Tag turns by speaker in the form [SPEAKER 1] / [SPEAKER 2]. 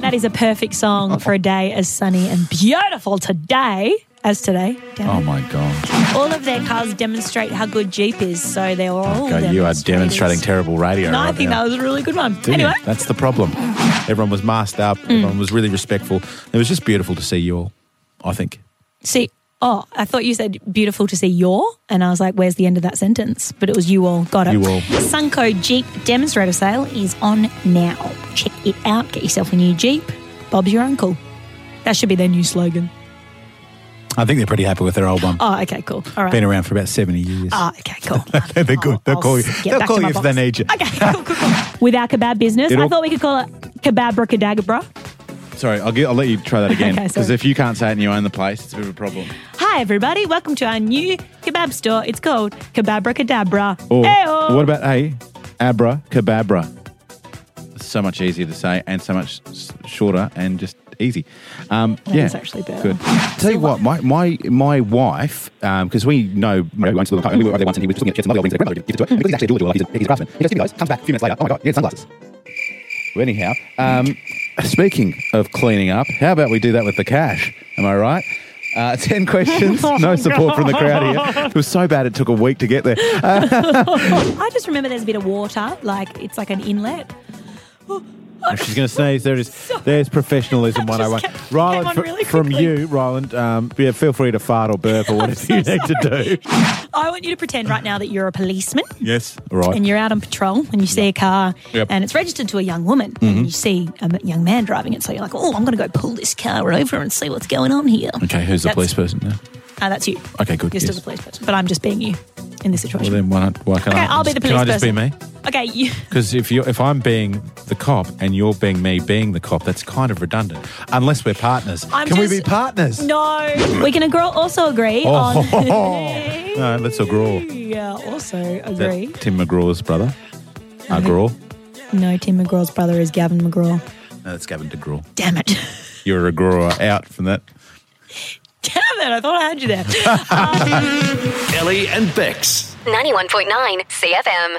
[SPEAKER 1] That is a perfect song for a day as sunny and beautiful today as today. Damn it.
[SPEAKER 2] Oh my god.
[SPEAKER 1] All of their cars demonstrate how good Jeep is, so they're all.
[SPEAKER 2] Okay, you are demonstrating
[SPEAKER 1] demonstrators.
[SPEAKER 2] terrible radio.
[SPEAKER 1] No, I
[SPEAKER 2] right
[SPEAKER 1] think
[SPEAKER 2] now.
[SPEAKER 1] that was a really good one.
[SPEAKER 2] Didn't you?
[SPEAKER 1] anyway, Mm.
[SPEAKER 2] That's the problem. Everyone was masked up. Everyone was really respectful. It was just beautiful to see you all. I think.
[SPEAKER 1] see. Oh, I thought you said beautiful to see your, and I was like, where's the end of that sentence? But it was you all. Got it.
[SPEAKER 2] You all.
[SPEAKER 1] Sunco Jeep demonstrator sale is on now. Check it out. Get yourself a new Jeep. Bob's your uncle. That should be their new slogan.
[SPEAKER 2] I think they're pretty happy with their old one.
[SPEAKER 1] Oh, okay, cool. All right.
[SPEAKER 2] Been around for about seventy years.
[SPEAKER 1] Ah, okay, cool.
[SPEAKER 2] They're good. They'll call you.
[SPEAKER 1] get
[SPEAKER 2] They'll
[SPEAKER 1] back
[SPEAKER 2] call
[SPEAKER 1] to
[SPEAKER 2] you
[SPEAKER 1] my
[SPEAKER 2] if
[SPEAKER 1] box.
[SPEAKER 2] they need you.
[SPEAKER 1] Okay, cool, cool, cool. With our kebab business,
[SPEAKER 2] It'll-
[SPEAKER 1] I thought we could call it kebab bracadagabra.
[SPEAKER 2] Sorry, I'll, get, I'll let you try that again.
[SPEAKER 1] Okay,
[SPEAKER 2] Because
[SPEAKER 1] sorry.
[SPEAKER 2] if you can't say it and you own the place, it's a bit of a problem.
[SPEAKER 1] Hi, everybody. Welcome to our new kebab store. It's called Kebab Bracadabra.
[SPEAKER 2] Or
[SPEAKER 1] Heyo.
[SPEAKER 2] Oh, what about hey, abra kebabra? It's so much easier to say and so much s- shorter and just easy. Um, yeah,
[SPEAKER 1] is actually better.
[SPEAKER 2] Good. Tell you what, my my my wife, because we know Mario owns the little park, and we were over there once and he was looking at she had some lovely old rings that her grandmother gave- gifted to her. And because he's actually a doodle, like, he's a, he's a craftsman. He goes, "Give me those." Comes back a few minutes later. Oh my god, he had sunglasses. Well, anyhow, um, speaking of cleaning up, how about we do that with the cash? Am I right? Uh, 10 questions,
[SPEAKER 1] Oh
[SPEAKER 2] no support from the crowd here. It was so bad it took a week to get there.
[SPEAKER 1] I just remember there's a bit of water, like it's like an inlet.
[SPEAKER 2] If she's going to sneeze, there it is. There's professionalism
[SPEAKER 1] That just
[SPEAKER 2] 101.
[SPEAKER 1] ca- came
[SPEAKER 2] Ryland,
[SPEAKER 1] on
[SPEAKER 2] fr-
[SPEAKER 1] really
[SPEAKER 2] from
[SPEAKER 1] quickly.
[SPEAKER 2] you, Ryland, um, yeah, feel free to fart or burp or whatever
[SPEAKER 1] so
[SPEAKER 2] you need to do.
[SPEAKER 1] I want you to pretend right now that you're a policeman
[SPEAKER 2] Yes. Right.
[SPEAKER 1] and you're out on patrol and you see a car
[SPEAKER 2] Yep. Mm-hmm.
[SPEAKER 1] and it's registered to a young woman and you see a m- young man driving it. So you're like, oh, I'm going to go pull this car over and see what's going on here.
[SPEAKER 2] okay, who's the
[SPEAKER 1] That's-
[SPEAKER 2] police person now?
[SPEAKER 1] Uh, that's you.
[SPEAKER 2] Okay, good,
[SPEAKER 1] You're still
[SPEAKER 2] yes.
[SPEAKER 1] the police person, but I'm just being you in this
[SPEAKER 2] Well,
[SPEAKER 1] situation.
[SPEAKER 2] then why, not, why can't
[SPEAKER 1] okay,
[SPEAKER 2] I?
[SPEAKER 1] I'll be the police
[SPEAKER 2] Can I just
[SPEAKER 1] person.
[SPEAKER 2] be me?
[SPEAKER 1] Okay, you.
[SPEAKER 2] Because if, you're- if I'm being the cop and you're being me being the cop, that's kind of redundant. Unless we're partners.
[SPEAKER 1] I'm
[SPEAKER 2] Can we be
[SPEAKER 1] just-
[SPEAKER 2] partners?
[SPEAKER 1] No, we can agro- also agree on.
[SPEAKER 2] Oh. no, let's agraw.
[SPEAKER 1] yeah, also
[SPEAKER 2] That
[SPEAKER 1] agree.
[SPEAKER 2] Tim McGraw's brother. Agraw.
[SPEAKER 1] No, Tim McGraw's brother is Gavin McGraw.
[SPEAKER 2] No, that's Gavin DeGraw.
[SPEAKER 1] Damn it.
[SPEAKER 2] You're a grower out from that.
[SPEAKER 1] Damn it, I thought I had you there.
[SPEAKER 3] Ellie and Bex.
[SPEAKER 4] 91.9 CFM.